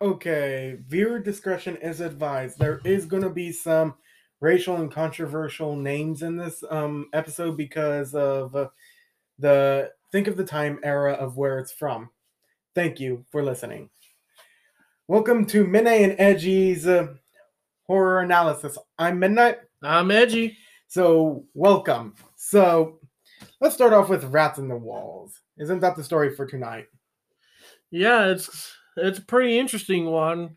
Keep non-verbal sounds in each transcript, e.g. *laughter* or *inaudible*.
Okay, viewer discretion is advised. There is going to be some racial and controversial names in this um, episode because of uh, the think of the time era of where it's from. Thank you for listening. Welcome to Midnight and Edgy's uh, horror analysis. I'm Midnight, I'm edgy. so welcome. So let's start off with Rats in the Walls. Isn't that the story for tonight? Yeah, it's it's a pretty interesting one.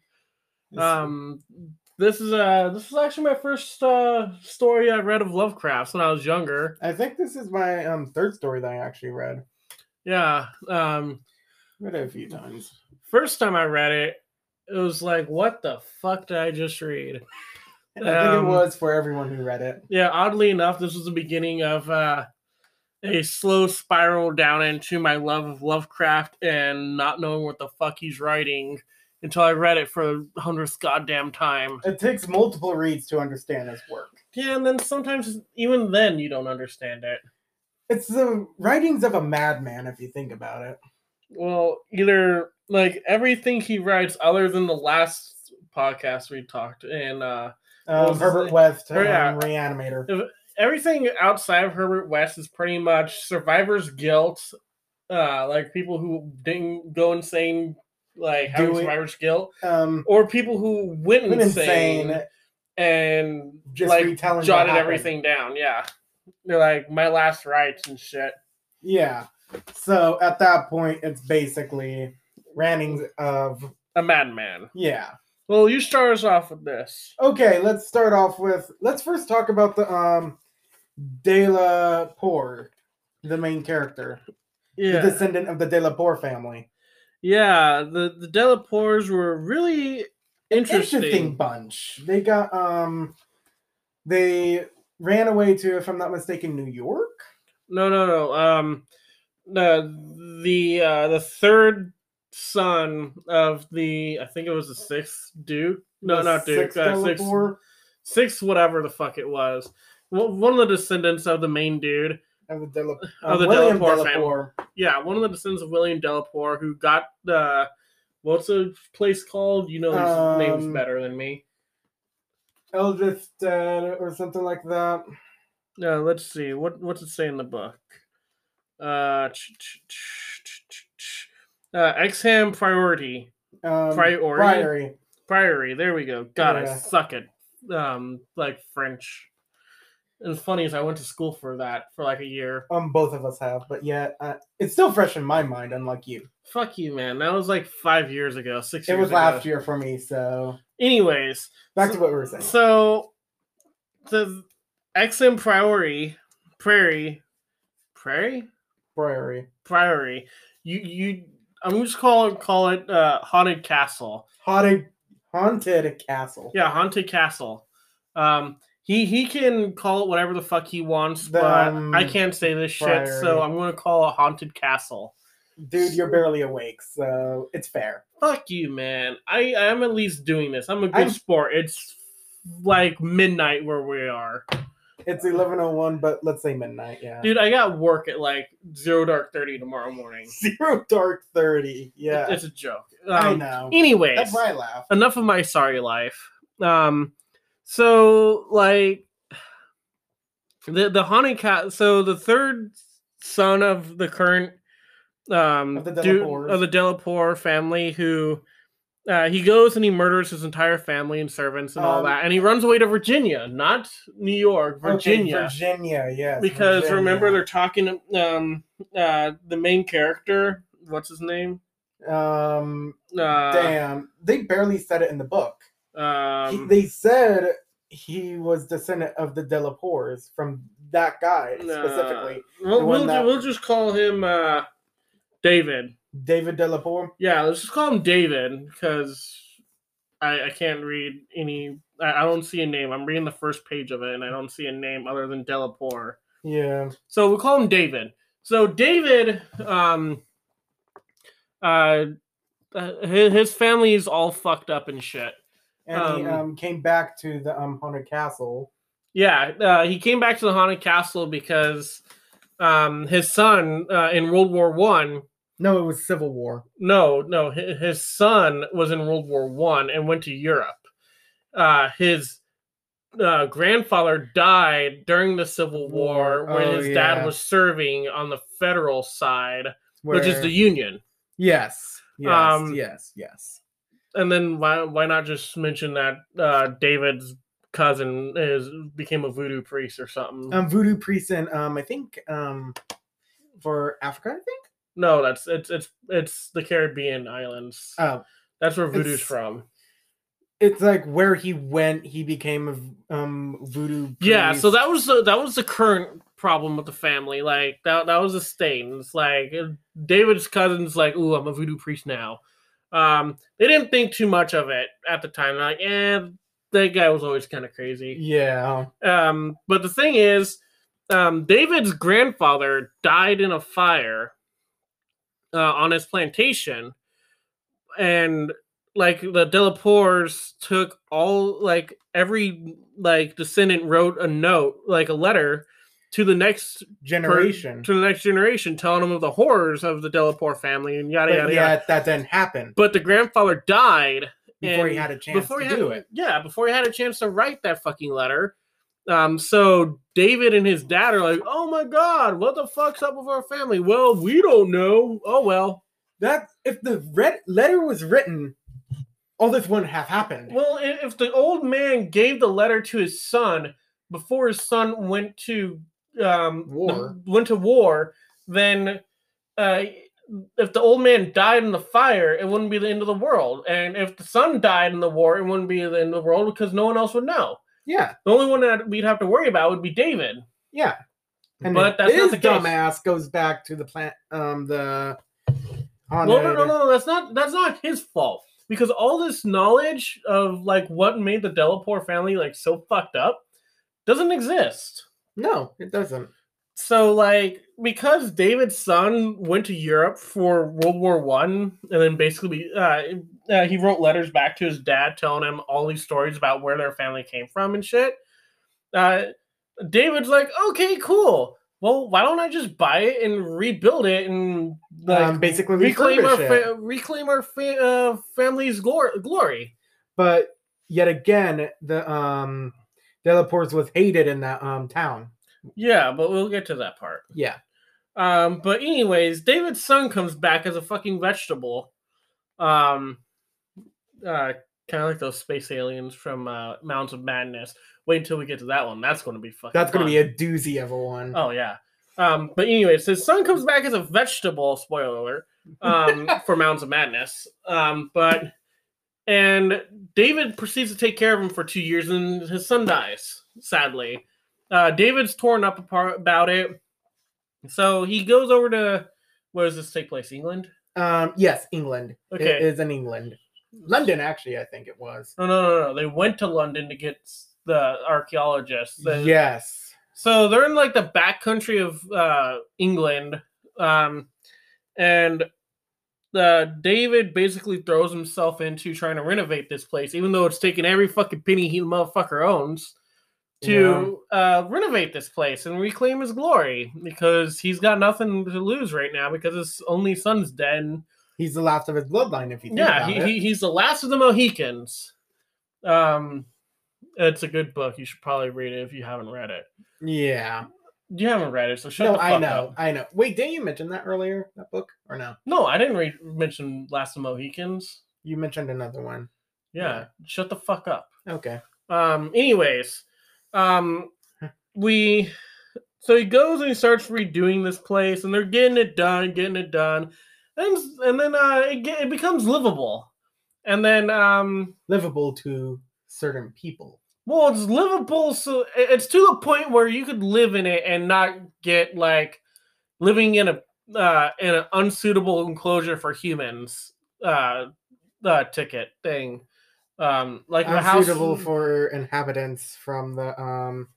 Um, this is uh this is actually my first uh story I read of Lovecraft's when I was younger. I think this is my um, third story that I actually read. Yeah. Um, Read it a few times. first time I read it, it was like, what the fuck did I just read? And *laughs* I think Um, it was for everyone who read it. Yeah. Oddly enough, this was the beginning of uh a slow spiral down into my love of Lovecraft and not knowing what the fuck he's writing until I read it for the hundredth goddamn time. It takes multiple reads to understand his work. Yeah, and then sometimes even then you don't understand it. It's the writings of a madman, if you think about it. Well, either like everything he writes, other than the last podcast we talked, and uh, Well, Um, it's Herbert like- West, um, or, yeah. Reanimator. everything outside of Herbert West is pretty much survivor's guilt. Uh, like people who didn't go insane, like having Doing- survivor's guilt, Um, or people who went been insane, insane. and Just like retelling what jotted happened. everything down. Yeah, they're like my last rites and shit. Yeah. So at that point, it's basically rantings of A madman. yeah. Well, you start us off with this. Okay, let's start off with. Let's first talk about the um, De La Poor, the main character, Yeah. the descendant of the De La Poor family. Yeah, the the Delapores were really interesting. bunch. They got um they ran away to, if I'm not mistaken, New York. No, no, no. Um, the the uh, the third son of the I think it was the sixth Duke. No, The not Duke. sixth uh, sixth, Delacour sixth, whatever the fuck it was. One one of the descendants of the main dude. of the, Dela- of Oh, the William Delacour Delacour. Yeah, one of the descendants of William Delapore who got the what's the place called? You know these names Um, better than me. Eldritch dead or something like that. Uh, let's see. What what's it say in the book? Uh, ch- ch- ch- ch- ch- ch- uh Exham priority Um, Priory? Priory. priory. There we go. God, Yeah. I suck at um like French. And funny is I went to school for that for like a year. Um, both of us have, but yeah, uh, it's still fresh in my mind. Unlike you, Fuck you, man. That was like five years ago, six. it years was ago. last year for me. So Anyways, back to what we were saying. so the Exham priority prairie prairie Priory, priory. You you I'm just call it call it uh, haunted castle. haunted, haunted castle. Yeah, haunted castle. Um he he can call it whatever the fuck he wants, The, but I um, can't say this shit, priory. so I'm gonna call it haunted castle. dude, you're barely awake, so it's fair. Fuck you, man. I I'm at least doing this. I'm a good I'm- sport. It's like midnight where we are. It's eleven oh one, but let's say midnight. Yeah. Dude, I got work at like zero dark thirty tomorrow *laughs* morning. Zero dark thirty. Yeah. It's a joke. I Um, know. anyways. That's why I laugh. enough of my sorry life. Um, so like the the haunted cat. So the third son of the current um Of the dude- Delapores. of the Delapore family, who uh, he goes and he murders his entire family and servants and all Um, that, and he runs away to Virginia, not New York, Okay, Virginia. Virginia, yes. because Virginia. remember they're talking um uh the main character what's his name um uh damn. They barely said it in the book. He- um, they said he was descendant of the Delapores from that guy specifically. We'll, The one we'll, ju- that- we'll just call him uh, David. David Delapore. Yeah, let's just call him David because I, I can't read any. I, I don't see a name. I'm reading the first page of it and I don't see a name other than Delapore. Yeah. So we'll call him David. So David, um, uh, uh, his, his family is all fucked up and shit. And he Um, um, came back to the um haunted castle. Yeah, uh, he came back to the haunted castle because um, his son uh, in World War One No, it was Civil War. No, no. hi- His son was in World War One and went to Europe. Uh, his uh, grandfather died during the Civil War when Oh, his yeah. dad was serving on the federal side, which is where- the Union. yes, yes, Um, yes, yes. And then why why not just mention that uh, David's cousin is became a voodoo priest or something? Um, voodoo priest and um, I think um, for Africa, I think. no, that's it's it's it's the Caribbean islands. Oh, that's where voodoo's it's- from. it's like where he went. He became a v- um voodoo. Yeah, so priest. that was the that was the current problem with the family. Like that that was the stains. Like uh, David's cousin's like, "Ooh, I'm a voodoo priest now." Um, they didn't think too much of it at the time. Like, eh, that guy was always kind of crazy. Yeah. Um, but the thing is, um, David's grandfather died in a fire uh, on his plantation, and like the Delaportes took all like every like descendant wrote a note, like a letter to the next Generation. to the next generation, telling them of the horrors of the Delapore family and yada But yada yeah, yada. that didn't happen But the grandfather died before he and had a chance before to he had- do it. yeah, before he had a chance to write that fucking letter. Um, so David and his dad are like, "Oh my god, what the fuck's up with our family?" Well, we don't know. Oh well. That if the red letter was written, all this wouldn't have happened. Well, i- if the old man gave the letter to his son before his son went to um, War. went to war, then uh, if the old man died in the fire, it wouldn't be the end of the world. And if the son died in the war, it wouldn't be the end of the world because no one else would know. yeah, The only one that we'd have to worry about would be David. yeah. But that's not his the case. dumbass goes back to the plant. Um, the. on Well, Oh, no, the- no, no, no, that's not that's not his fault because all this knowledge of like what made the Delaporte family like so fucked up doesn't exist. No, it doesn't. So like because David's son went to Europe for World War One, and then basically uh, uh, he wrote letters back to his dad telling him all these stories about where their family came from and shit. Uh, David's like, okay, cool. Well, why don't I just buy it and rebuild it and like um, basically reclaim our refurbish it. fa- reclaim our fa- uh, family's glor- glory. but yet again, the um, Delaporte was hated in that um town. Yeah, but we'll get to that part. Yeah, Um, but anyways, David's son comes back as a fucking vegetable. Um, uh, kind of like those space aliens from uh, Mounds of Madness. Wait until we get to that one. That's going to be fucking. that's gonna fun. be a doozy of a one. Um, Oh yeah. Um, but anyways, his son comes back as a vegetable. Spoiler alert. Um, for Mounds of Madness. Um, but and David proceeds to take care of him for two years, and his son dies. Sadly, uh, David's torn up apart about it. So he goes over to where does this take place? England. Um, yes, England. Okay. It is in England, London actually. I think it was. No, no, no, no. They went to London to get s- the archaeologists. and- Yes. So they're in like the back country of uh, England, um, and uh, David basically throws himself into trying to renovate this place, even though it's taking every fucking penny he motherfucker owns to uh, renovate this place and reclaim his glory because he's got nothing to lose right now because his only son's dead. and He's the last of his bloodline, if you think yeah, about he, it. he, he's the last of the Mohicans. Um, it's a good book. You should probably read it if you haven't read it. yeah. You haven't read it, so shut No, the fuck I know. up. I know. Wait, didn't you mention that earlier? That book or no? No, I didn't re- mention Last of Mohicans. You mentioned another one. Yeah, Yeah. shut the fuck up. Okay. Um, anyways, um, we so he goes and he starts redoing this place, and they're getting it done, getting it done, and s- and then uh, it get, it becomes livable, and then um, Livable to certain people. well, it's livable, so i- it's to the point where you could live in it and not get like living in a uh, in an unsuitable enclosure for humans uh, uh ticket thing. Um, like the house. Unsuitable for inhabitants from the um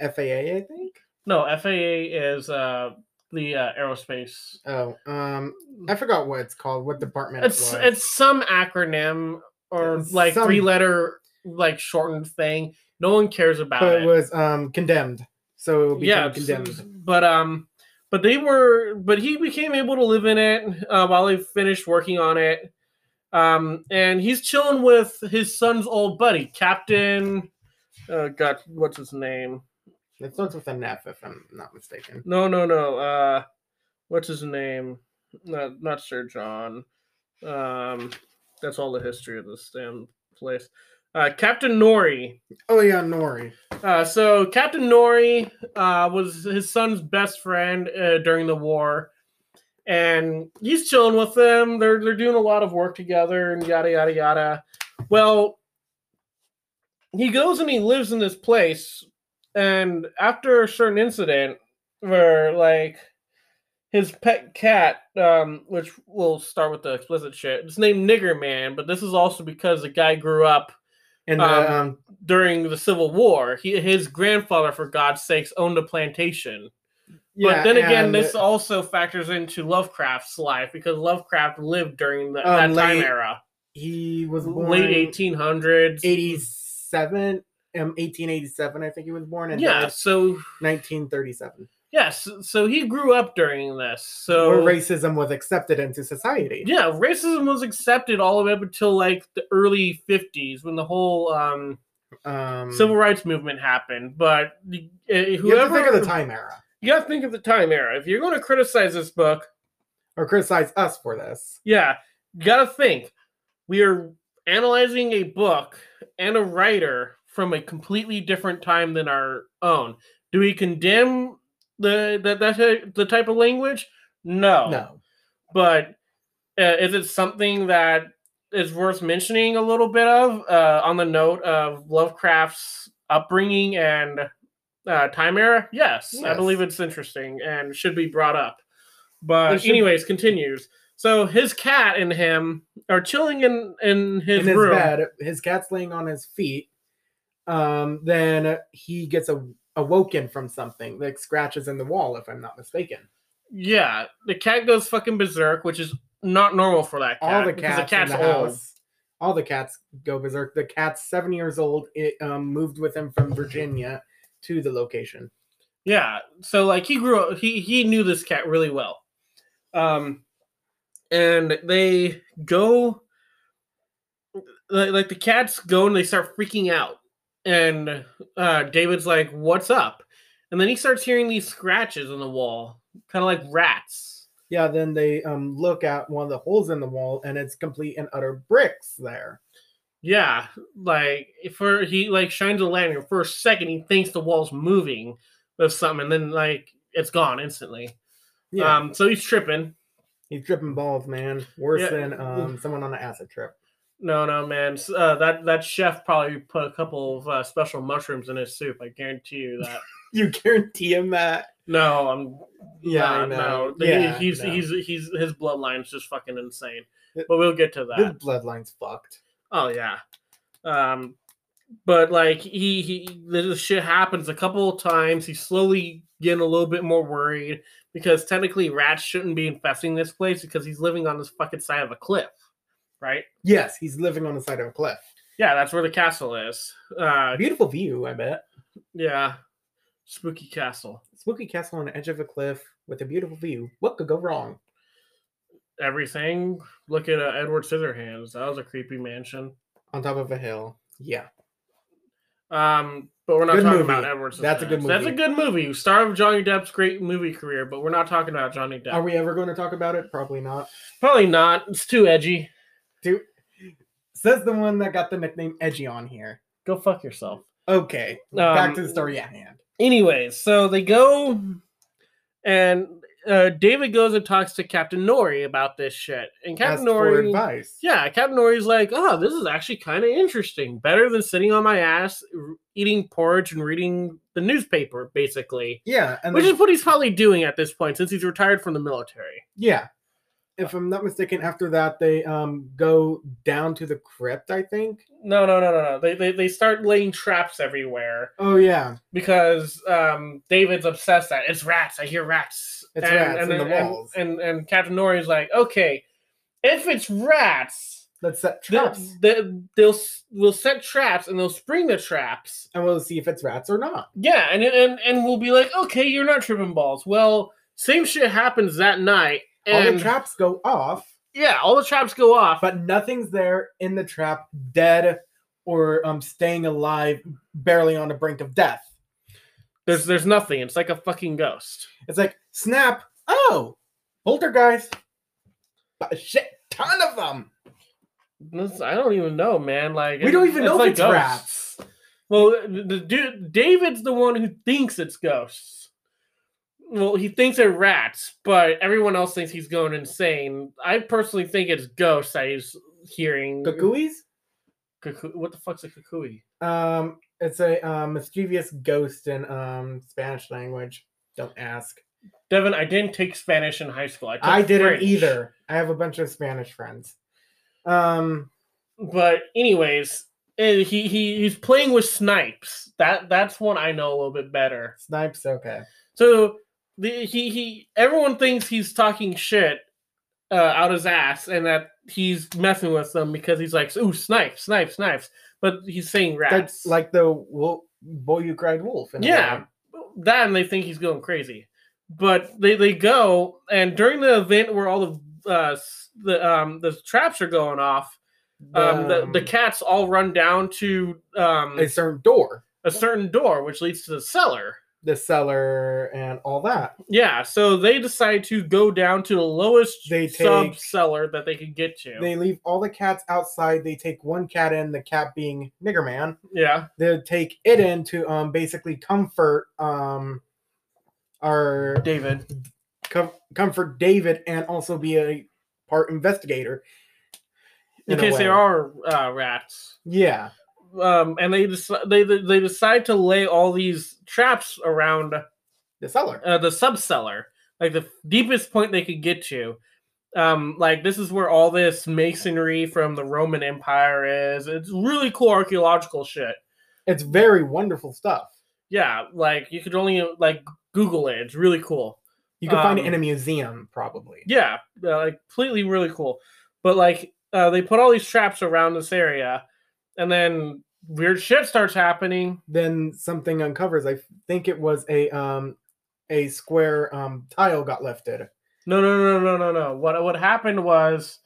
FAA, I think. No, FAA is uh the uh, aerospace. Oh, um, I forgot what it's called. What department It's it was. it's some acronym or It's like some- three letter like shortened thing. No one cares about but it. it was um condemned. So it became yeah, s- condemned. s- but um, But they were, but he became able to live in it uh, while he finished working on it. Um, and he's chilling with his son's old buddy, Captain. Uh, God, what's his name? It starts with an F, if I'm not mistaken. No, no, no. Uh, what's his name? Not, not Sir John. Um, that's all the history of this damn place. Uh, Captain Nori. Oh yeah, Nori. Uh, so Captain Nori uh, was his son's best friend uh, during the war, and he's chilling with them. They're they're doing a lot of work together and yada yada yada. Well, he goes and he lives in this place, and after a certain incident where like his pet cat, um, which we'll start with the explicit shit, it's named Nigger Man, but this is also because the guy grew up And the, Um, um, during the Civil War. He, his grandfather, for God's sakes, owned a plantation. yeah, but then again, and this also factors into Lovecraft's life because Lovecraft lived during the, Um, that time late- era, he was born late 1800s. 87 um 1887 i think he was born and yeah, died so 1937 yes, so he grew up during this. So where racism was accepted into society yeah, racism was accepted all the way up until like the early 50s when the whole um, um civil rights movement happened. But uh, you have to whoever think of the time era you gotta think of the time era. If you're going to criticize this book, or criticize us for this Yeah, you gotta think. We are analyzing a book and a writer from a completely different time than our own. Do we condemn the that that ty- the type of language? No, no But uh, is it something that is worth mentioning a little bit of uh, on the note of Lovecraft's upbringing and uh, time era? Yes, I Yes. believe it's interesting and should be brought up. But It should- anyways, continues. So his cat and him are chilling in in his, in his room. bed his cat's laying on his feet um then he gets a awoken from something like scratches in the wall if i'm not mistaken Yeah, the cat goes fucking berserk, which is not normal for that cat. all the because cats the cat's in the old. house all the cats go berserk the cat's seven years old it um, moved with him from virginia to the location Yeah. So like he grew up he he knew this cat really well. Um and they go like, like the cats go and they start freaking out. And uh David's like, "What's up?" And then he starts hearing these scratches on the wall, kind of like rats. yeah then they um, look at one of the holes in the wall and it's complete and utter bricks there Yeah, like for he like shines a lantern for a second, he thinks the wall's moving with something, and then like it's gone instantly. yeah Um, so he's tripping. he's tripping balls man worse Yeah. than *laughs* um, someone on an acid trip No, no, man. S- Uh, that that chef probably put a couple of uh, special mushrooms in his soup. I guarantee you *laughs* that. you guarantee him that no, I'm. yeah I not, know. no. He- yeah, he's, no. he's he's his bloodline's just fucking insane. It- But we'll get to his that. bloodline's fucked Oh yeah. Um, but like he he this shit happens a couple of times. He's slowly getting a little bit more worried because technically rats shouldn't be infesting this place because he's living on this fucking side of a cliff, right? yes he's living on the side of a cliff Yeah, that's where the castle is. Uh, a beautiful view i bet Yeah. Spooky Castle. spooky castle on the edge of a cliff with a beautiful view what could go wrong Everything. Look at uh, Edward Scissorhands. That was a creepy mansion. on top of a hill yeah Um, but we're not Good talking movie. about Edward Scissorhands. That's a good That's a movie. good movie. Star of Johnny Depp's great movie career, but we're not talking about Johnny Depp. Are we ever going to talk about it? Probably not. Probably not. It's too edgy. Dude, says the one that got the nickname Edgy on here. Go fuck yourself. Okay, Um, back to the story at hand. Anyways, so they go and uh, David goes and talks to Captain Nori about this shit. And Asked Captain for Nori advice. yeah, Captain Nori's like, oh, this is actually kind of interesting. Better than sitting on my ass, r- eating porridge, and reading the newspaper, basically. Yeah, and Which then- is what he's probably doing at this point since he's retired from the military. yeah. If I'm not mistaken, after that they um go down to the crypt. I think. No, no, no, no, no. They, they, they start laying traps everywhere Oh yeah, because um, David's obsessed that it's rats. I hear rats. It's rats in the walls. And, and, and Captain Nori's like, okay, if it's rats, let's set they'll, traps they'll, they'll, s- we'll set traps and they'll spring the traps. and we'll see if it's rats or not. Yeah, and and and we'll be like, okay, you're not tripping balls. Well, Same shit happens that night, all and the traps go off, yeah, all the traps go off. but nothing's there in the trap, dead or um staying alive, barely on the brink of death. There's there's nothing. It's like a fucking ghost. It's like snap. Oh, poltergeist. A shit ton of them. This- I don't even know, man. Like We don't even know if it's rats. Well, the, the dude David's the one who thinks it's ghosts. Well, he thinks they're rats, but everyone else thinks he's going insane. I personally think it's ghosts that he's hearing. Kukuis. Cuckoo- What the fuck's a cuckoo? Um, it's a um, mischievous ghost in um Spanish language. Don't ask. Devin, I didn't take Spanish in high school. I, took I didn't French. either. I have a bunch of Spanish friends. Um, But anyways, eh, he, he he's playing with snipes. That that's one I know a little bit better. snipes. Okay. So the, he he everyone thinks he's talking shit uh, out his ass and that he's messing with them because he's like, ooh, snipes, snipes, snipes. But he's saying rats. That's like the wo- boy who cried wolf. in a Yeah. way. that and they think he's going crazy. But they, they go and during the event where all the uh, s- the um the traps are going off, um the, the cats all run down to um a certain door, a certain door which leads to the cellar. the cellar, and all that. Yeah, so they decide to go down to the lowest They sub take- cellar that they could get to. They leave all the cats outside. They take one cat in, the cat being Nigger Man. yeah, They take it in to um basically comfort um our David. com- comfort David and also be a part investigator. In, a case way. there are uh, rats, Yeah. um, and they deci- they they decide to lay all these traps around The seller. uh, the sub cellar, like the deepest point they could get to. Um, like this is where all this masonry from the Roman Empire is. It's really cool archaeological shit. It's very wonderful stuff. Yeah, like you could only like Google it. It's really cool. You can find it Um, in a museum, probably. Yeah, uh, like completely really cool. But like uh, they put all these traps around this area, and then weird shit starts happening. Then something uncovers. I think it was a um a square um tile got lifted. No, no, no, no, no, no. What what happened was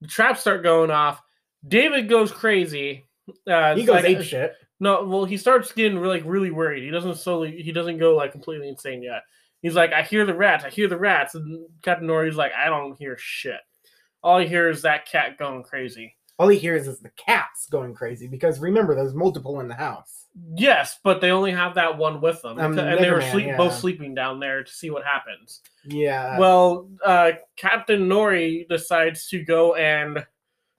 the traps start going off. David goes crazy. Uh, He it's goes like- ape shit. No, well, he starts getting really, like really worried. He doesn't slowly. He doesn't go like completely insane yet. He's like, I hear the rats. I hear the rats. And Captain Nori's like, I don't hear shit. All I hear is that cat going crazy. All he hears is the cats going crazy because remember there's multiple in the house. Yes, but they only have that one with them, Um, beca- and they Liver were Man, sleep both yeah. sleeping down there to see what happens. Yeah. well, uh, Captain Nori decides to go and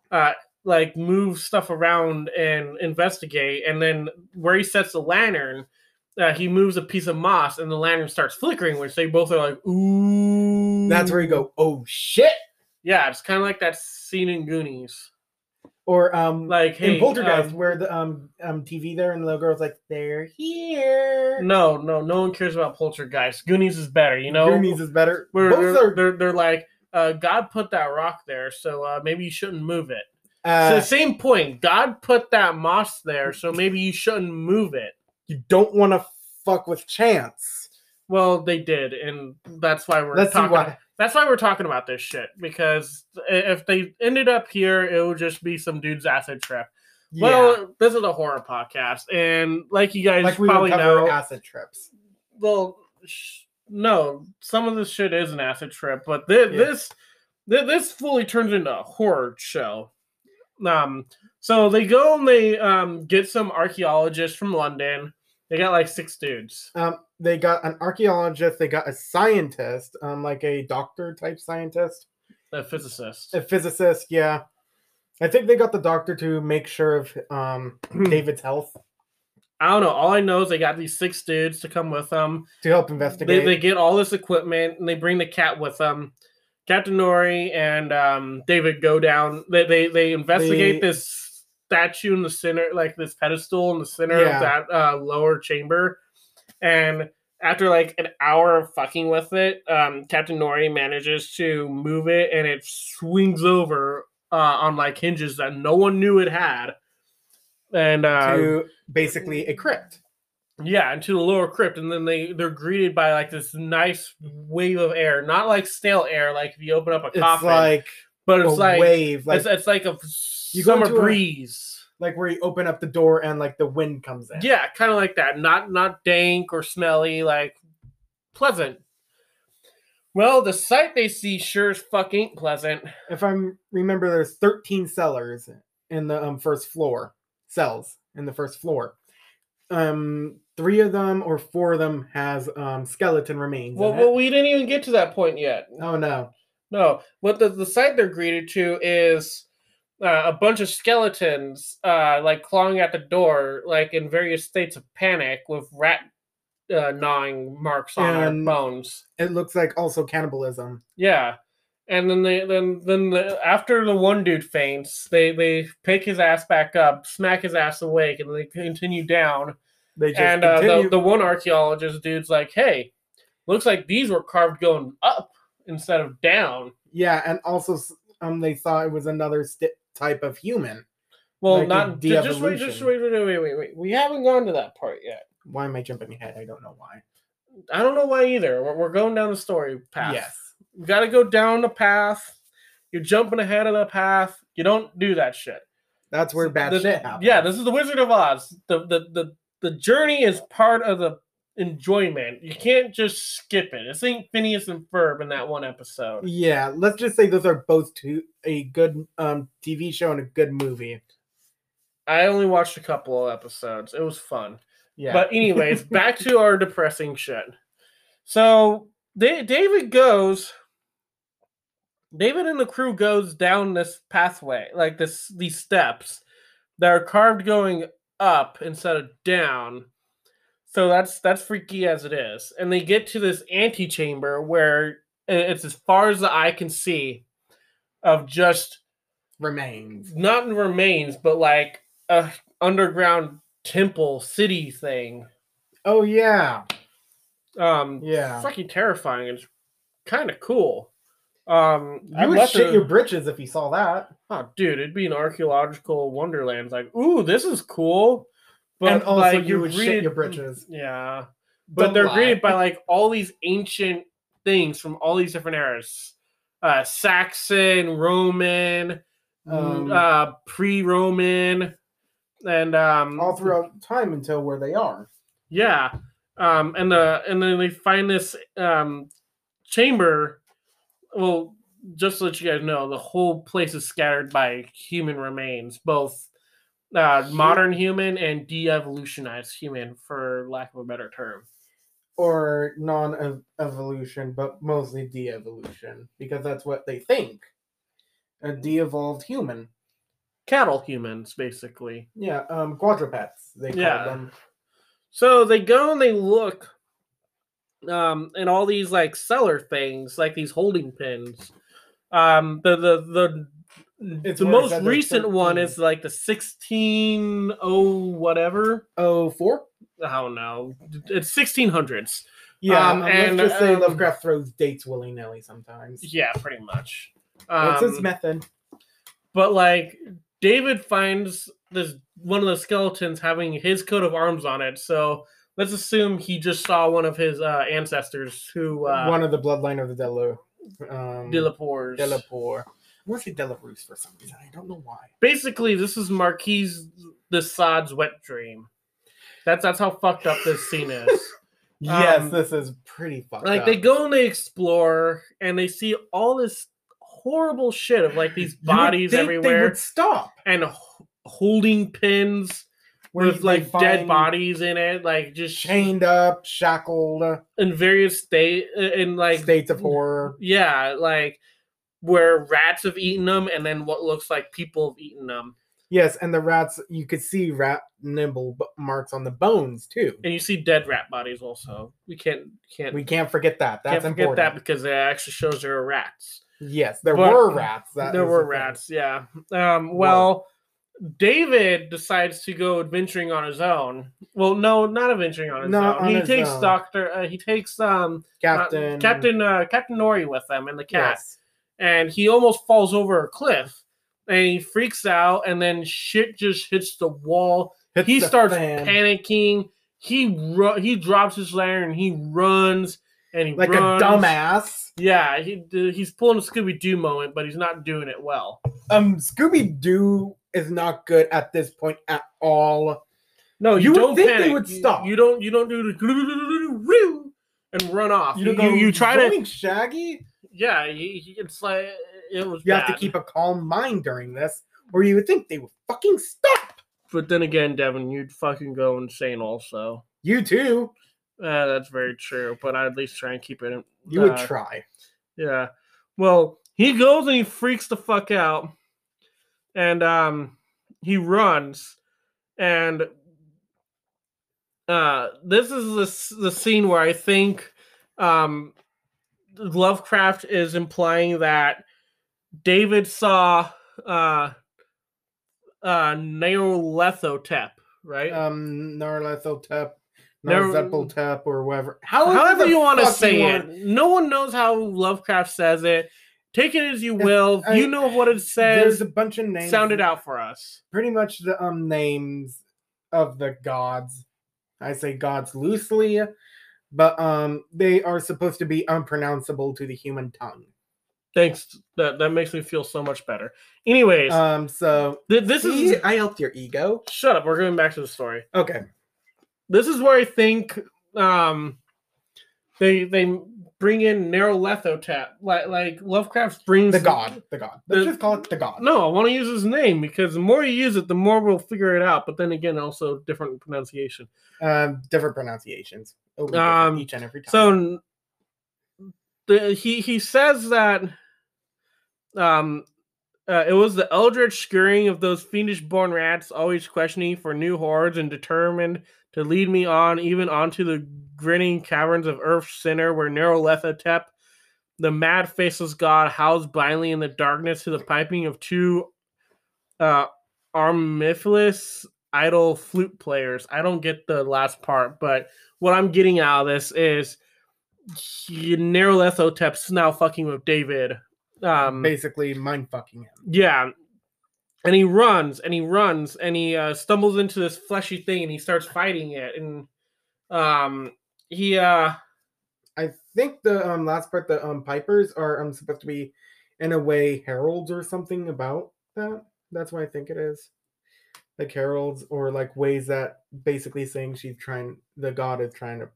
uh, like move stuff around and investigate, and then where he sets the lantern, uh, he moves a piece of moss, and the lantern starts flickering, which they both are like, "Ooh." that's where you go, oh shit. Yeah, it's kind of like that scene in Goonies, Or um like hey, in Poltergeist um, where the um um TV there and the little girl's like, they're here. uh, no, no, no one cares about Poltergeist. Goonies is better, you know. Goonies is better. where Both they're, are they're, they're like uh, god put that rock there so uh, maybe you shouldn't move it so uh, the same point god put that moss there so maybe you shouldn't move it you don't want to fuck with chance. well they did and that's why we're Let's see talking why. that's why we're talking about this shit because i- if they ended up here it would just be some dude's acid trip yeah, well this is a horror podcast and like you guys like we probably would know cover acid trips. well sh- no some of this shit is an acid trip but thi- Yeah. this thi- this fully turns into a horror show um so they go and they um get some archaeologists from london they got like six dudes Um, they got an archaeologist. They got a scientist, um, like a doctor type scientist, a physicist a physicist. Yeah, I think they got the doctor to make sure of um Hmm. David's health i don't know all i know is they got these six dudes to come with them to help they, investigate. they get all this equipment and they bring the cat with them captain nori and um, david go down they they, they investigate They- this statue in the center like this pedestal in the center Yeah. of that uh, lower chamber and after like an hour of fucking with it um, captain nori manages to move it and it swings over uh, on like hinges that no one knew it had and uh, to basically a crypt. Yeah, into the lower crypt, and then they they're greeted by like this nice wave of air, not like stale air, like if you open up a It's coffin, like but a it's like, wave, like it's, it's like a You go summer into a- breeze. like where you open up the door and like the wind comes in. Yeah, kind of like that. Not not dank or smelly, like pleasant. Well, the sight they see sure as fuck ain't pleasant. If I remember, there's 13 cellars in the um, first floor cells in the first floor. Um, three of them or four of them has um skeleton remains. Well, in it. well, we didn't even get to that point yet. oh no, No, what the the sight they're greeted to is uh, a bunch of skeletons, uh, like clawing at the door, like in various states of panic, with rat uh, gnawing marks on And- their bones. it looks like also cannibalism. Yeah. And then they then then the, after the one dude faints, they they pick his ass back up, smack his ass awake, and they continue down. They just and uh, the continue- the one archaeologist dude's like, "Hey, looks like these were carved going up instead of down." yeah, and also s- um they thought it was another sti type of human. Well, Like a not ju- just wait, just de-evolution. wait, wait, wait, wait, wait. We haven't gone to that part yet. Why am I jumping ahead? I don't know why. I don't know why either. We're, we're going down the story path. Yes, You got to go down the path. You're jumping ahead of the path. You don't do that shit. that's where So bad the- shit happens. Yeah, this is the Wizard of Oz. The the the the journey is part of the enjoyment. You can't just skip it. This ain't Phineas and Ferb in that one episode. Yeah, let's just say those are both two a good um TV show and a good movie. I only watched a couple of episodes. It was fun. Yeah, But anyways, back to our depressing shit. So Da- David goes. David and the crew goes down this pathway, like this these steps that are carved going up instead of down. So that's that's freaky as it is, and they get to this antechamber where i- it's as far as the eye can see of just remains. not remains, but like a underground temple city thing. Oh yeah, Um, yeah. fucking terrifying. It's kind of cool. Um, You I'd would love shit to- your britches if you saw that. oh, dude, it'd be an archaeological wonderland. It's like, ooh, this is cool. But And also like, you you're would shit greeted- your britches. Yeah, but Don't they're lie. greeted by like all these ancient things from all these different eras. Uh, Saxon, Roman, Um, uh, pre-Roman, and um, all throughout time until where they are. Yeah. Um, and the and then they find this um, chamber. Well, just to let you guys know, the whole place is scattered by human remains, both uh, Hu- modern human and de-evolutionized human, for lack of a better term. Or non evolution, but mostly de evolution, because that's what they think. A de evolved human. Cattle humans, basically. Yeah, um, quadrupeds, they call Yeah. them. So they go and they look um in all these like cellar things, like these holding pins. Um the the the It's the where it most says there's recent one 13. is like the 16 oh whatever. Oh, four? I don't know. It's 1600s. Yeah, Um, um, and, let's just say um, Lovecraft throws dates willy nilly sometimes. Yeah, pretty much. That's his Um, method. But like David finds this one of the skeletons having his coat of arms on it. So let's assume he just saw one of his uh, ancestors who uh, One of the bloodline of the Delo. Um, Delapores. Delaporte. I want to say Delarus for some reason. I don't know why. Basically, this is Marquise the Sod's wet dream. That's that's how fucked up this *laughs* scene is. Yes, Um, this is pretty fucked like up. they go and they explore and they see all this horrible shit of like these You would bodies think They everywhere would stop. and h- holding pins Where with they like dead find bodies in it, like just chained up, shackled, in various state in like states of horror. yeah, like where rats have eaten them and then what looks like people have eaten them. Yes, and the rats. You could see rat nibble b- marks on the bones too. and you see dead rat bodies also. We can't can't We can't forget that. That's can't forget important. that because it actually shows there are rats. Yes, there But were rats. that there is were the thing. rats, yeah. Um, well, David decides to go adventuring on his own. Well, no, not adventuring on his Not own. on he his takes own. Doctor. Uh, he takes um uh, Captain. Captain uh, Captain Nori with them and the cat, Yes. and he almost falls over a cliff. And he freaks out, and then shit just hits the wall. Hits he the starts fan. panicking. He ru- he drops his lantern. and He runs and he Like runs. a dumbass. Yeah, he he's pulling a Scooby Doo moment, but he's not doing it well. Um, Scooby Doo is not good at this point at all. No, you would think they would You- stop. You, don't. You don't do the and run off. You you, you try to. going Shaggy. Yeah, you, you- it's like it was. You have to bad. keep a calm mind during this, or you would think they would fucking stop. But then again, Devin, you'd fucking go insane. Also, You too. uh, that's very true. But I at least try and keep it. in- You uh, would try. Yeah. Well, he goes and he freaks the fuck out. And um he runs and uh this is the s- the scene where I think um Lovecraft is implying that David saw uh uh Neolethotep, right? Um, Narlethotep, Nar- Narzepeltep, or whatever. However the you want to fuck say wanna- it. No one knows how Lovecraft says it. Take it as you will. I- you know what it There's says. a bunch of names. Sound it out for us. Pretty much the um names of the gods. I say gods loosely, but um they are supposed to be unpronounceable to the human tongue. Thanks. That that makes me feel so much better. Anyways, Um, so th- this is I helped your ego. shut up. We're going back to the story. Okay. This is where I think um they they bring in Nerolethotep. Like like Lovecraft brings The god. The god. Let's The- just call it the god. No, I want to use his name because the more you use it, the more we'll figure it out. But then again, also different pronunciation. Um, different pronunciations. It'll be different Um, each and every time. So n- the, he he says that um uh, it was the eldritch scurrying of those fiendish born rats, always questioning for new hordes and determined to lead me on, even onto the grinning caverns of Earth's center, where Nerolethotep, the mad faceless god, howls blindly in the darkness to the piping of two uh, armiphilous idol flute players. I don't get the last part, but what I'm getting out of this is he- Nerolethotep's now fucking with David. Um, basically mind fucking him. yeah. And he runs and he runs and he uh, stumbles into this fleshy thing and he starts fighting it. And um, he, uh, I think the um last part, the um pipers are um supposed to be in a way heralds or something about that. That's what I think it is. Like heralds or like ways that basically saying she's trying the god is trying to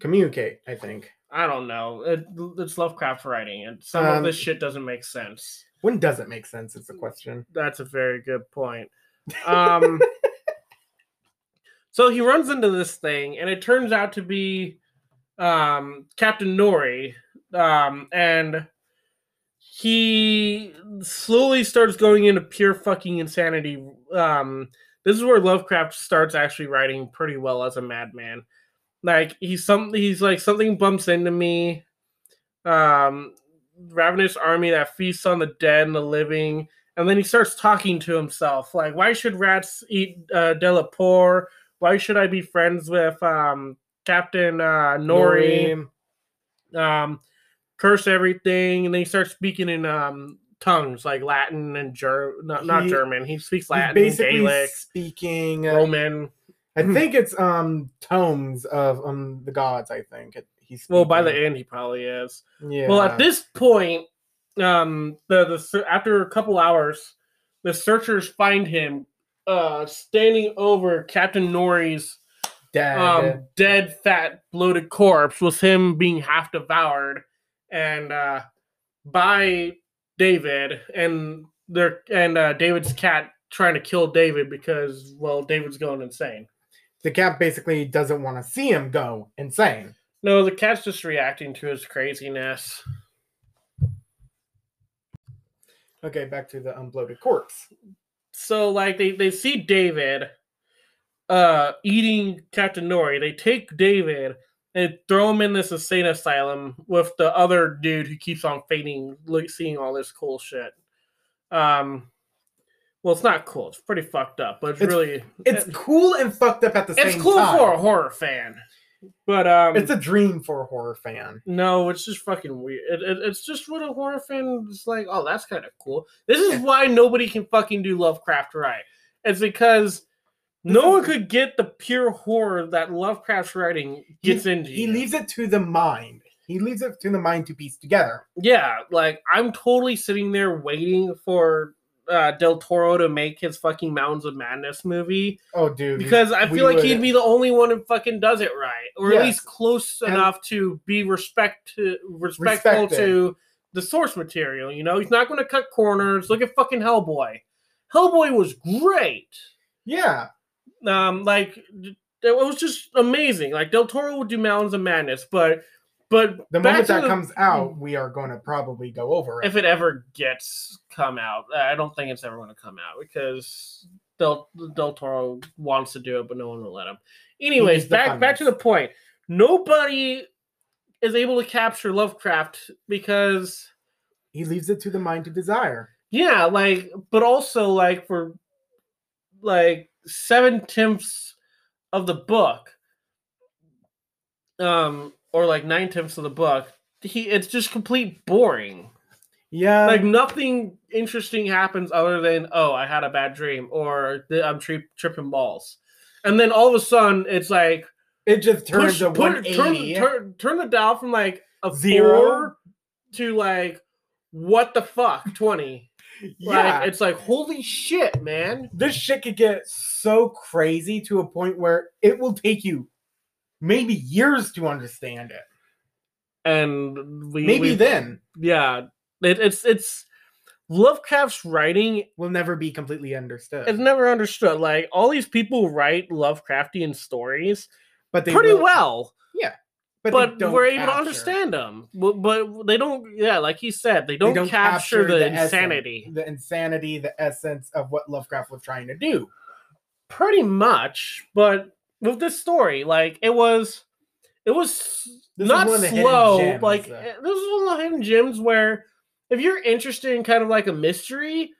communicate, I think. I don't know, it, it's Lovecraft writing and some Um, of this shit doesn't make sense. When does it make sense is the question. That's a very good point. Um, so he runs into this thing, and it turns out to be um, Captain Nori, um, and he slowly starts going into pure fucking insanity. Um, this is where Lovecraft starts actually writing pretty well as a madman. Like he's some he's like something bumps into me. Um, ravenous army that feasts on the dead and the living and then he starts talking to himself like why should rats eat uh, delaporte why should i be friends with um, captain uh, nori, Um, curse everything and then he starts speaking in um, tongues like latin and german not, not He- german he speaks He's latin basically gaelic speaking uh, roman I think it's um tomes of um the gods. I think it, he's well by the speaking. end he probably is yeah. Well, at this point, um, the the ser- after a couple hours, the searchers find him uh standing over Captain Nori's dead. um dead, fat, bloated corpse with him being half devoured, and uh, by David and their and uh, David's cat trying to kill David because well, David's going insane. the cat basically doesn't want to see him go insane. No, the cat's just reacting to his craziness. Okay, back to the unbloated corpse. so like they, they see David uh eating Captain Nori. They take David and throw him in this insane asylum with the other dude who keeps on fading, look, seeing all this cool shit. Um, well, it's not cool. It's pretty fucked up, but it's, It's- really It's it- cool and fucked up at the same time. it's cool for a horror fan. But um, It's a dream for a horror fan. no, it's just fucking weird. It, it- it's just what a horror fan is like. Oh, that's kind of cool. This is why nobody can fucking do Lovecraft right. It's because no one could get the pure horror that Lovecraft's writing He- gets into. He you. leaves it to the mind. He leaves it to the mind to piece together. Yeah, like I'm totally sitting there waiting for uh, Del Toro to make his fucking Mountains of Madness movie Oh, dude. because I we feel like would- he'd be the only one who fucking does it right, or at Yes. least close And- enough to be respect to, respectful Respected. to the source material. You know, he's not going to cut corners. Look at fucking Hellboy. Hellboy was great. Yeah. Um, like it was just amazing. Like Del Toro would do Mountains of Madness, but but The back moment to that the- Mm. comes out, we are going to probably go over it. if it ever gets come out. I don't think it's ever going to come out because Del Del Toro wants to do it, but no one will let him. Anyways, needs the back back to the funds. point. Nobody is able to capture Lovecraft because he leaves it to the mind to desire. yeah, like but also like for like seven tenths of the book, um, or like nine tenths of the book. He it's just complete boring. Yeah. like nothing interesting happens other than oh i had a bad dream or "Th- i'm tri- tripping balls and then all of a sudden it's like it just turns push- to put- 180. turn, turn, turn the dial from like a Zero. four to like what the fuck 20 yeah. like it's like holy shit man this shit could get so crazy to a point where it will take you maybe years to understand it. and we Maybe we- then yeah it, it's it's lovecraft's writing will never be completely understood. is never understood like all these people write lovecraftian stories but they pretty will- well But, they but don't we're able to capture- understand them. But, but they don't. Yeah, like he said, they they don't, capture, the, essence- insanity. the insanity, the essence of what Lovecraft was trying to do. Pretty much. But with this story, like it was, it was s- This is not one of the hidden slow. gems, like uh, eh, this is one of the hidden gems where, if you're interested in kind of like a mystery,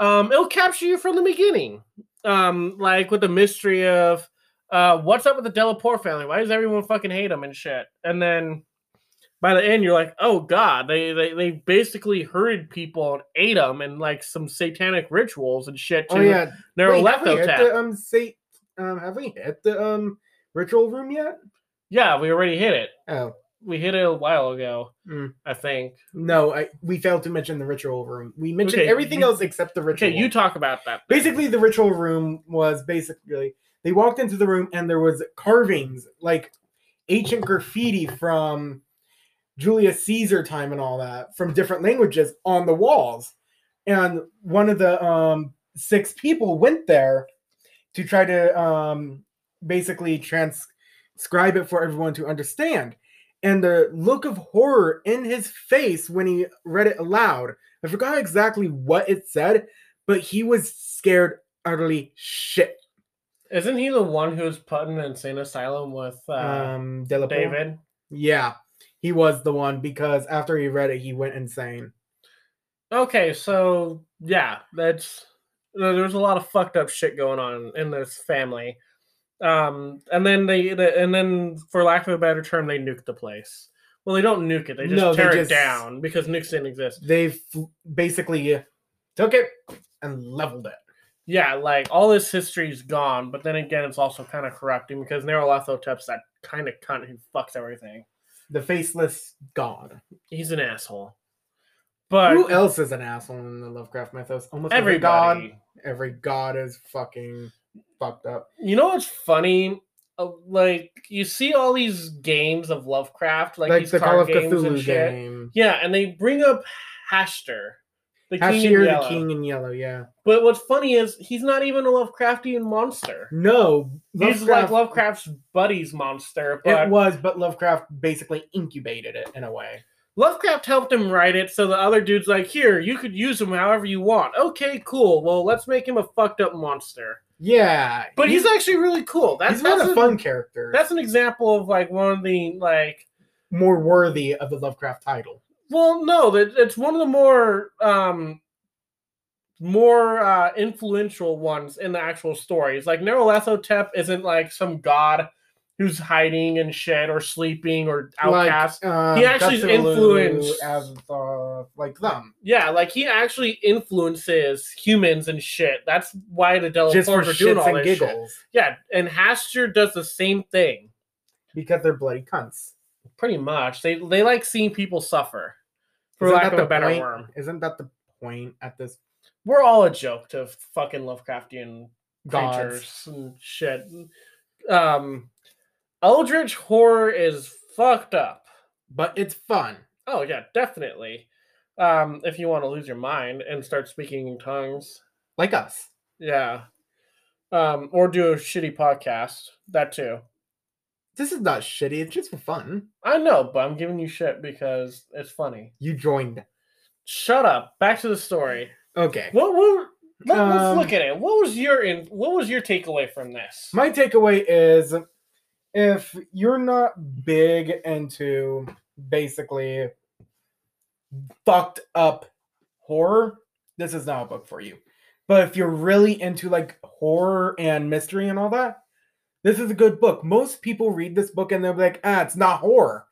um, it'll capture you from the beginning. Um, like with the mystery of. Uh, what's up with the Delaporte family? Why does everyone fucking hate them and shit? And then by the end you're like oh god they they, they basically hurried people and ate them and like some satanic rituals and shit to Oh yeah, Wait, have we hit Nyarlathotep. the um, say, um, have we hit the um ritual room yet? yeah we already hit it Oh we hit it a while ago Mm. i think no, I, we failed to mention the ritual room. We mentioned Okay, everything you- else except the ritual. okay you talk about that then. basically the ritual room was basically they walked into the room and there was carvings like ancient graffiti from Julius Caesar time and all that from different languages on the walls and one of the um six people went there to try to um basically transcribe it for everyone to understand and the look of horror in his face when he read it aloud i forgot exactly what it said but he was scared utterly shit. isn't he the one who's put in an insane asylum with uh, Um, Delaporte. david Yeah, he was the one because after he read it, he went insane. okay so yeah that's there- there's a lot of fucked up shit going on in this family um and then they the- and then for lack of a better term they nuke the place well they don't nuke it they just No, they tear just- it down because nukes didn't exist They f- basically took it and leveled it. yeah like all this history is gone but then again it's also kind of corrupting because Nyarlathotep's that kind of cunt who fucks everything The faceless god. he's an asshole but Who else is an asshole in the Lovecraft mythos? Almost every god. everybody Every god is fucking fucked up. You know what's funny? Uh, Like you see all these games of Lovecraft, like, Like, these the card Call of games and Cthulhu shit. game. Yeah, and they bring up Hashter, the king in Hashir yellow. the king in yellow, yeah. But what's funny is he's not even a Lovecraftian monster. No, He's like Lovecraft's buddy's monster, It but was, but Lovecraft basically incubated it in a way. Lovecraft helped him write it, so the other dude's like, "Here, you could use him however you want." Okay, cool. Well, let's make him a fucked up monster. Yeah, But he's, actually really cool. That's he's one of that's the a- fun characters. That's an example of like one of the like more worthy of the Lovecraft title. Well, no, that it's one of the more um more uh influential ones in the actual stories. Like Nyarlathotep isn't like some god who's hiding and shit or sleeping or outcast. Like, uh, He actually Dustin Lou influenced- as uh, like them, yeah, like he actually influences humans and shit. That's why the just for Delaporte are doing shits all and this shit. giggles, Yeah, and Haster does the same thing. because they're bloody cunts. Pretty much. They they like seeing people suffer. For Isn't lack that of a the better point? word. Isn't that the point at this? We're all a joke to fucking Lovecraftian Gods. creatures and shit. Um Eldritch horror is fucked up. But it's fun. Oh yeah, definitely. Um, if you want to lose your mind and start speaking in tongues, Like us. yeah, um, or do a shitty podcast. That too. This is not shitty. It's just for fun. I know, but I'm giving you shit because it's funny. You joined. Shut up. Back to the story. Okay. What? what let, Um, us look at it. What was your in, What was your takeaway from this? My takeaway is if you're not big into basically fucked up horror, this is not a book for you. But if you're really into like horror and mystery and all that, this is a good book. Most people read this book and they'll be like, ah, it's not horror.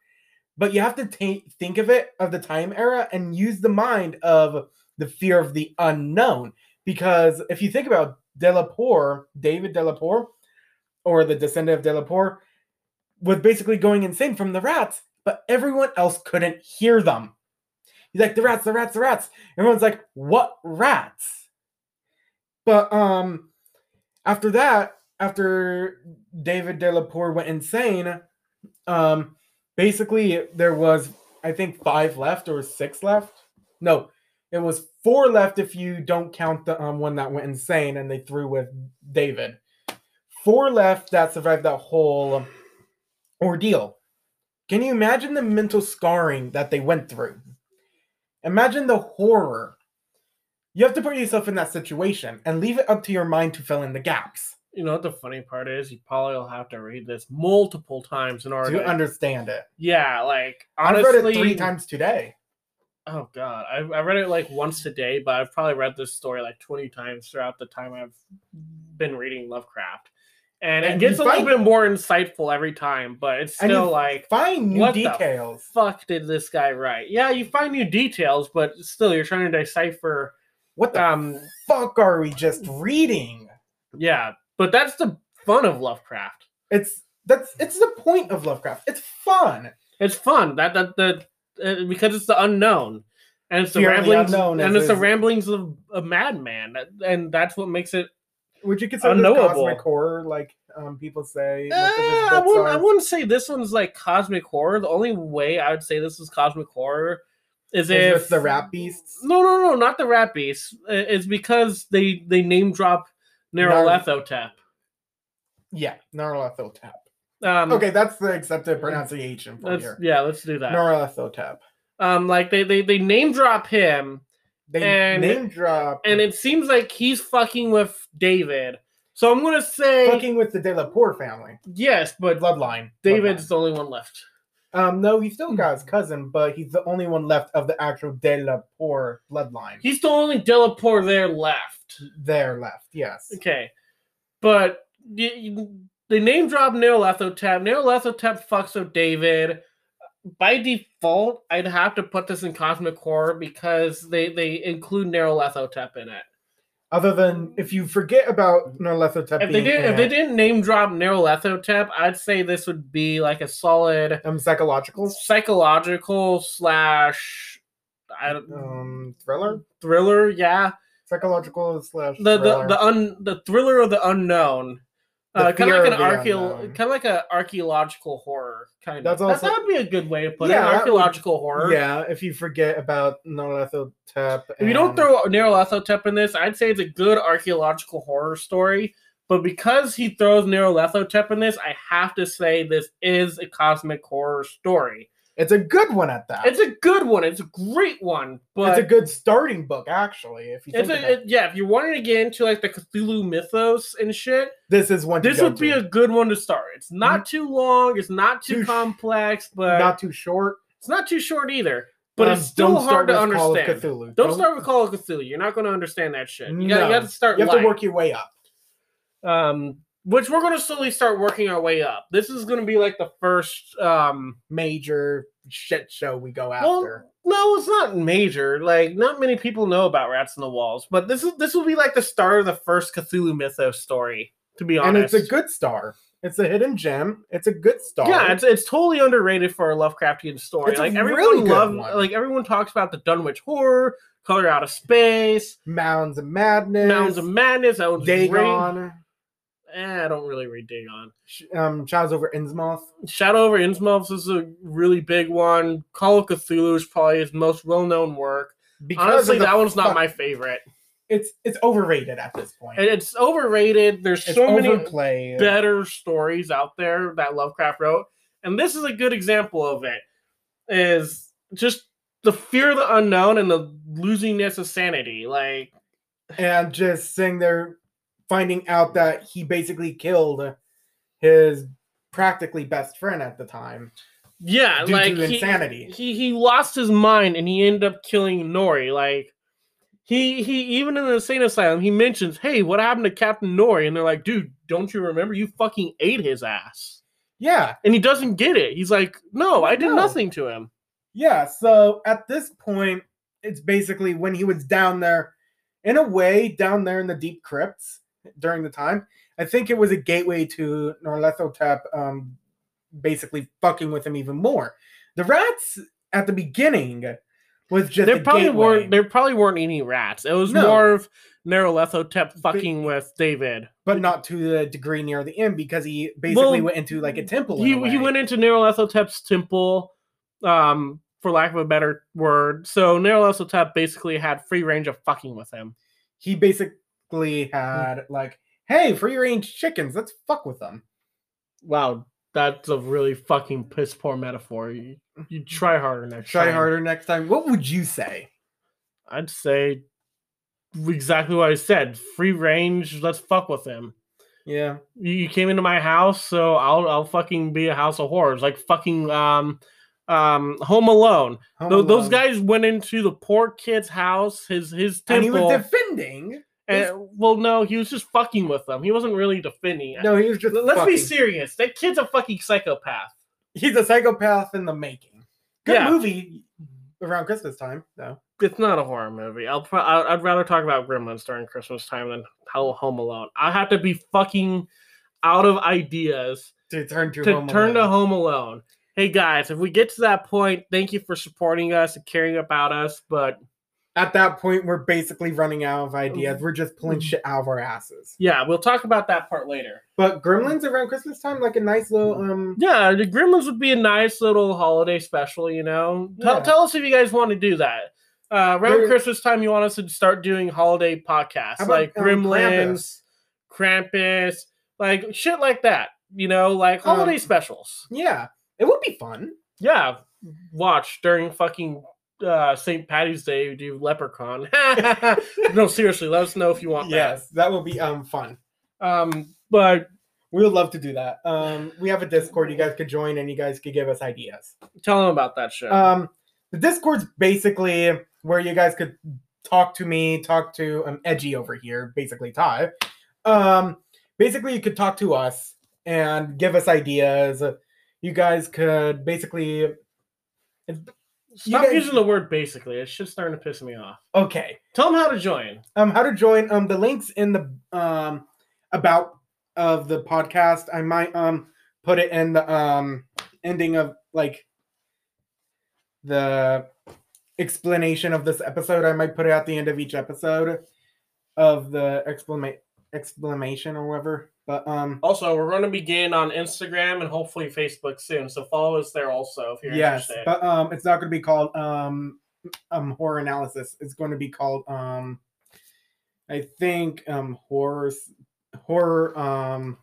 But you have to ta- think of it of the time era and use the mind of the fear of the unknown. Because if you think about Delaporte, David Delaporte, or the descendant of Delaporte, was basically going insane from the rats, but everyone else couldn't hear them. He's like, the rats, the rats, the rats. Everyone's like, what rats? But um after that, after David Delaporte went insane, um basically there was I think five left or six left. No, it was four left if you don't count the um, one that went insane and they threw with David. Four left that survived that whole ordeal. Can you imagine the mental scarring that they went through? Imagine the horror. You have to put yourself in that situation and leave it up to your mind to fill in the gaps you know what the funny part is? You probably will have to read this multiple times in order. to to- understand it. yeah, like I've honestly, read it three times today. Oh god, I, I read it like once a day, but I've probably read this story like twenty times throughout the time I've been reading Lovecraft, and, And it gets you a little find- bit more insightful every time. But it's And you still like, Find new What the details. fuck, did this guy write? Yeah, you find new details, but still, you're trying to decipher. What the Um, fuck are we just reading? yeah, but that's the fun of Lovecraft. It's that's it's the point of Lovecraft. It's fun. It's fun that that the uh, because it's the unknown. And it's the Fear of the ramblings, unknown and is- it's the is- ramblings of a madman, and that's what makes it Would you consider this Unknowable. cosmic horror, like um, people say? Uh, most of his I books wouldn't. I are? wouldn't say this one's like cosmic horror. The only way I would say this is cosmic horror is, Is if with the rap beasts? No, no, no, not the rap beast. Uh, It's because they they name drop Nerolethotep. Yeah, Narlathotep. Um, okay, that's the accepted pronunciation for Let's, here. yeah, let's do that. Narlathotep. um, like they, they they name drop him, They And- name drop and it seems like he's fucking with David. So I'm gonna say fucking with the De La Poor family yes, but bloodline. David's Hmm. the only one left. bloodline. Um, no, he still got his cousin, but he's the only one left of the actual De La Poor bloodline. He's the only Delaporte there left. They're left. Yes. Okay, but y you, they name drop Neolethotep. Neolethotep fucks with David. By default, I'd have to put this in Cosmic Horror because they they include Neolethotep in it. Other than if you forget about Narlathotep, If they being didn't in if they it, didn't name drop Neolethotep, I'd say this would be like a solid um, psychological psychological slash I don't, um thriller, thriller. Yeah, psychological slash the the thriller. the un the thriller of the unknown. The Uh, kind of fear like of an the archeo- unknown. kind of like a archaeological horror kind of. That's That's also- that would be a good way to put Yeah, it. that an would- Archaeological horror. Yeah, if you forget about Narlathotep. If you don't and- throw Neurolethotep in this, I'd say it's a good archaeological horror story. But because he throws Neurolethotep in this, I have to say this is a cosmic horror story. It's a good one at that. It's a good one. It's a great one. But It's a good starting book, actually. If you think it's about a, it- yeah. If you wanted to get into like the Cthulhu mythos and shit, this is one. to this go would be to. a good one to start. It's not too long. It's not too, Too Mm-hmm. sh- complex, but not too short, it's not too short either. But Um, it's still don't start hard to with Call of understand. Cthulhu. Don't start with Call of Cthulhu. You're not going to understand that shit. You got No. to start. You have light. to work your way up. Um, which we're going to slowly start working our way up. This is going to be like the first. um Major shit show we go after. well, no, it's not major. Like, not many people know about Rats in the Walls, but this is this will be like the start of the first Cthulhu Mythos story. To be honest, and it's a good star. It's a hidden gem. It's a good star. Yeah, it's, it's totally underrated for a Lovecraftian story. It's a like everyone really good love, one. like everyone talks about the Dunwich Horror, Color Out of Space, Mounds of Madness. Mounds of Madness. I was reading- Dagon. Eh, I don't really read Dagon. Sh- Um, Shadows over Innsmouth. Shadow over Innsmouth is a really big one. Call of Cthulhu is probably his most well known work. Because of Honestly, the that one's not fuck- my favorite. It's it's overrated at this point. And It's overrated. There's it's so many overplayed. better stories out there that Lovecraft wrote. And this is a good example of it. Is just the fear of the unknown and the losingness of sanity. Like and just sitting there finding out that he basically killed his practically best friend at the time yeah, due like to he, insanity. he he lost his mind and he ended up killing Nori. Like he he even in the insane asylum he mentions, hey, what happened to Captain Nori? And they're like, dude, don't you remember? You fucking ate his ass. yeah, And he doesn't get it. He's like, no, I did No. nothing to him. yeah. So at this point, it's basically when he was down there, in a way, down there in the deep crypts during the time. I think it was a gateway to Norlethotep, um, basically fucking with him even more. The rats at the beginning was just there a probably gateway. weren't there probably weren't any rats. It was No. more of Nerolethotep fucking with David. but not to the degree near the end because he basically Well, went into like a temple. in He a way. he went into Nerolethotep's temple, um, for lack of a better word. So Nerolethotep basically had free range of fucking with him. He basically Mm. had like, hey, free range chickens, let's fuck with them. Wow, that's a really fucking piss poor metaphor. You, you try harder next Try time. harder next time. What would you say? I'd say exactly what I said. Free range, let's fuck with him. Yeah, you you came into my house, so I'll I'll fucking be a house of horrors, like fucking um um Home Alone. Home Tho- Those Alone. guys went into the poor kid's house, his his And he temple. was And defending. well, no, he was just fucking with them. He wasn't really defending. it. No, he was just. L- let's be fucking. serious. That kid's a fucking psychopath. He's a psychopath in the making. Good Yeah. movie around Christmas time, though. It's not a horror movie. I'll pro- I- I'd rather talk about Gremlins during Christmas time than Ho- Home Alone. I have to be fucking out of ideas To turn to, to Home turn to Alone. Home Alone. Hey guys, if we get to that point, thank you for supporting us and caring about us. But At that point, we're basically running out of Oh. ideas. We're just pulling shit out of our asses. yeah, we'll talk about that part later. But Gremlins around Christmas time, like a nice little Mm. um Yeah, the Gremlins would be a nice little holiday special, you know. Tell, Yeah. tell us if you guys want to do that. Uh, around There- Christmas time, you want us to start doing holiday podcasts How about, like um, Gremlins, Krampus? Krampus. like shit like that. You know, like holiday Um, specials. Yeah, it would be fun. Yeah, watch during fucking uh, St. Patty's Day. We do Leprechaun. *laughs* no, seriously, let us know if you want that. yes, that would be um fun. Um, but We would love to do that. Um, we have a Discord you guys could join, and you guys could give us ideas. tell them about that shit. Um, the Discord's basically where you guys could talk to me, talk to um Edgy over here, basically Ty. Um, basically you could talk to us and give us ideas. You guys could basically Stop guys- using the word basically. It's just starting to piss me off. okay. Tell them how to join. um how to join um the links in the um about of the podcast i might um put it in the um ending of like the explanation of this episode i might put it at the end of each episode of the exclamation exclamation or whatever but um Also, we're going to begin on Instagram and hopefully Facebook soon. So follow us there also if you're yes interested. but um it's not going to be called um um horror analysis it's going to be called um i think um horror s- horror um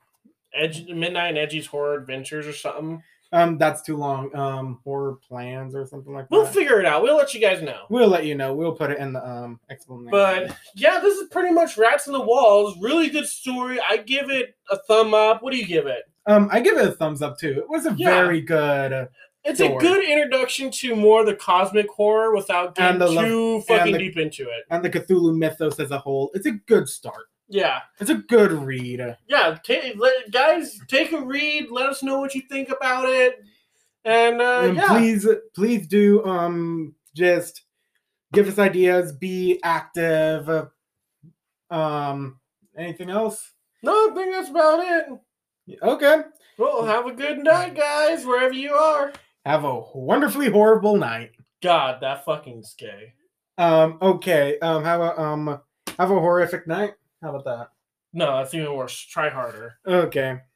Edge, Midnight and Edgy's Horror Adventures or something. Um, that's too long. Um, horror plans or something like We'll that. figure it out. We'll let you guys know. we'll let you know. We'll put it in the um explanation. But yeah, this is pretty much Rats in the Walls. Really good story. I give it a thumb up. What do you give it? um, I give it a thumbs up too. It was a Yeah. very good uh, It's a Sure. good introduction to more of the cosmic horror without And getting the lo- too fucking the- deep into it. and the Cthulhu mythos as a whole. It's a good start. Yeah. It's a good read. yeah, ta- let, guys, take a read. Let us know what you think about it, and, uh, and yeah, Um, please please do um just give us ideas be active uh, um anything else no, I think that's about it. okay Well, have a good night, guys, wherever you are. have a wonderfully horrible night God, that fucking's gay. um okay um have a um have a horrific night how about No, that's even worse. Try harder. that okay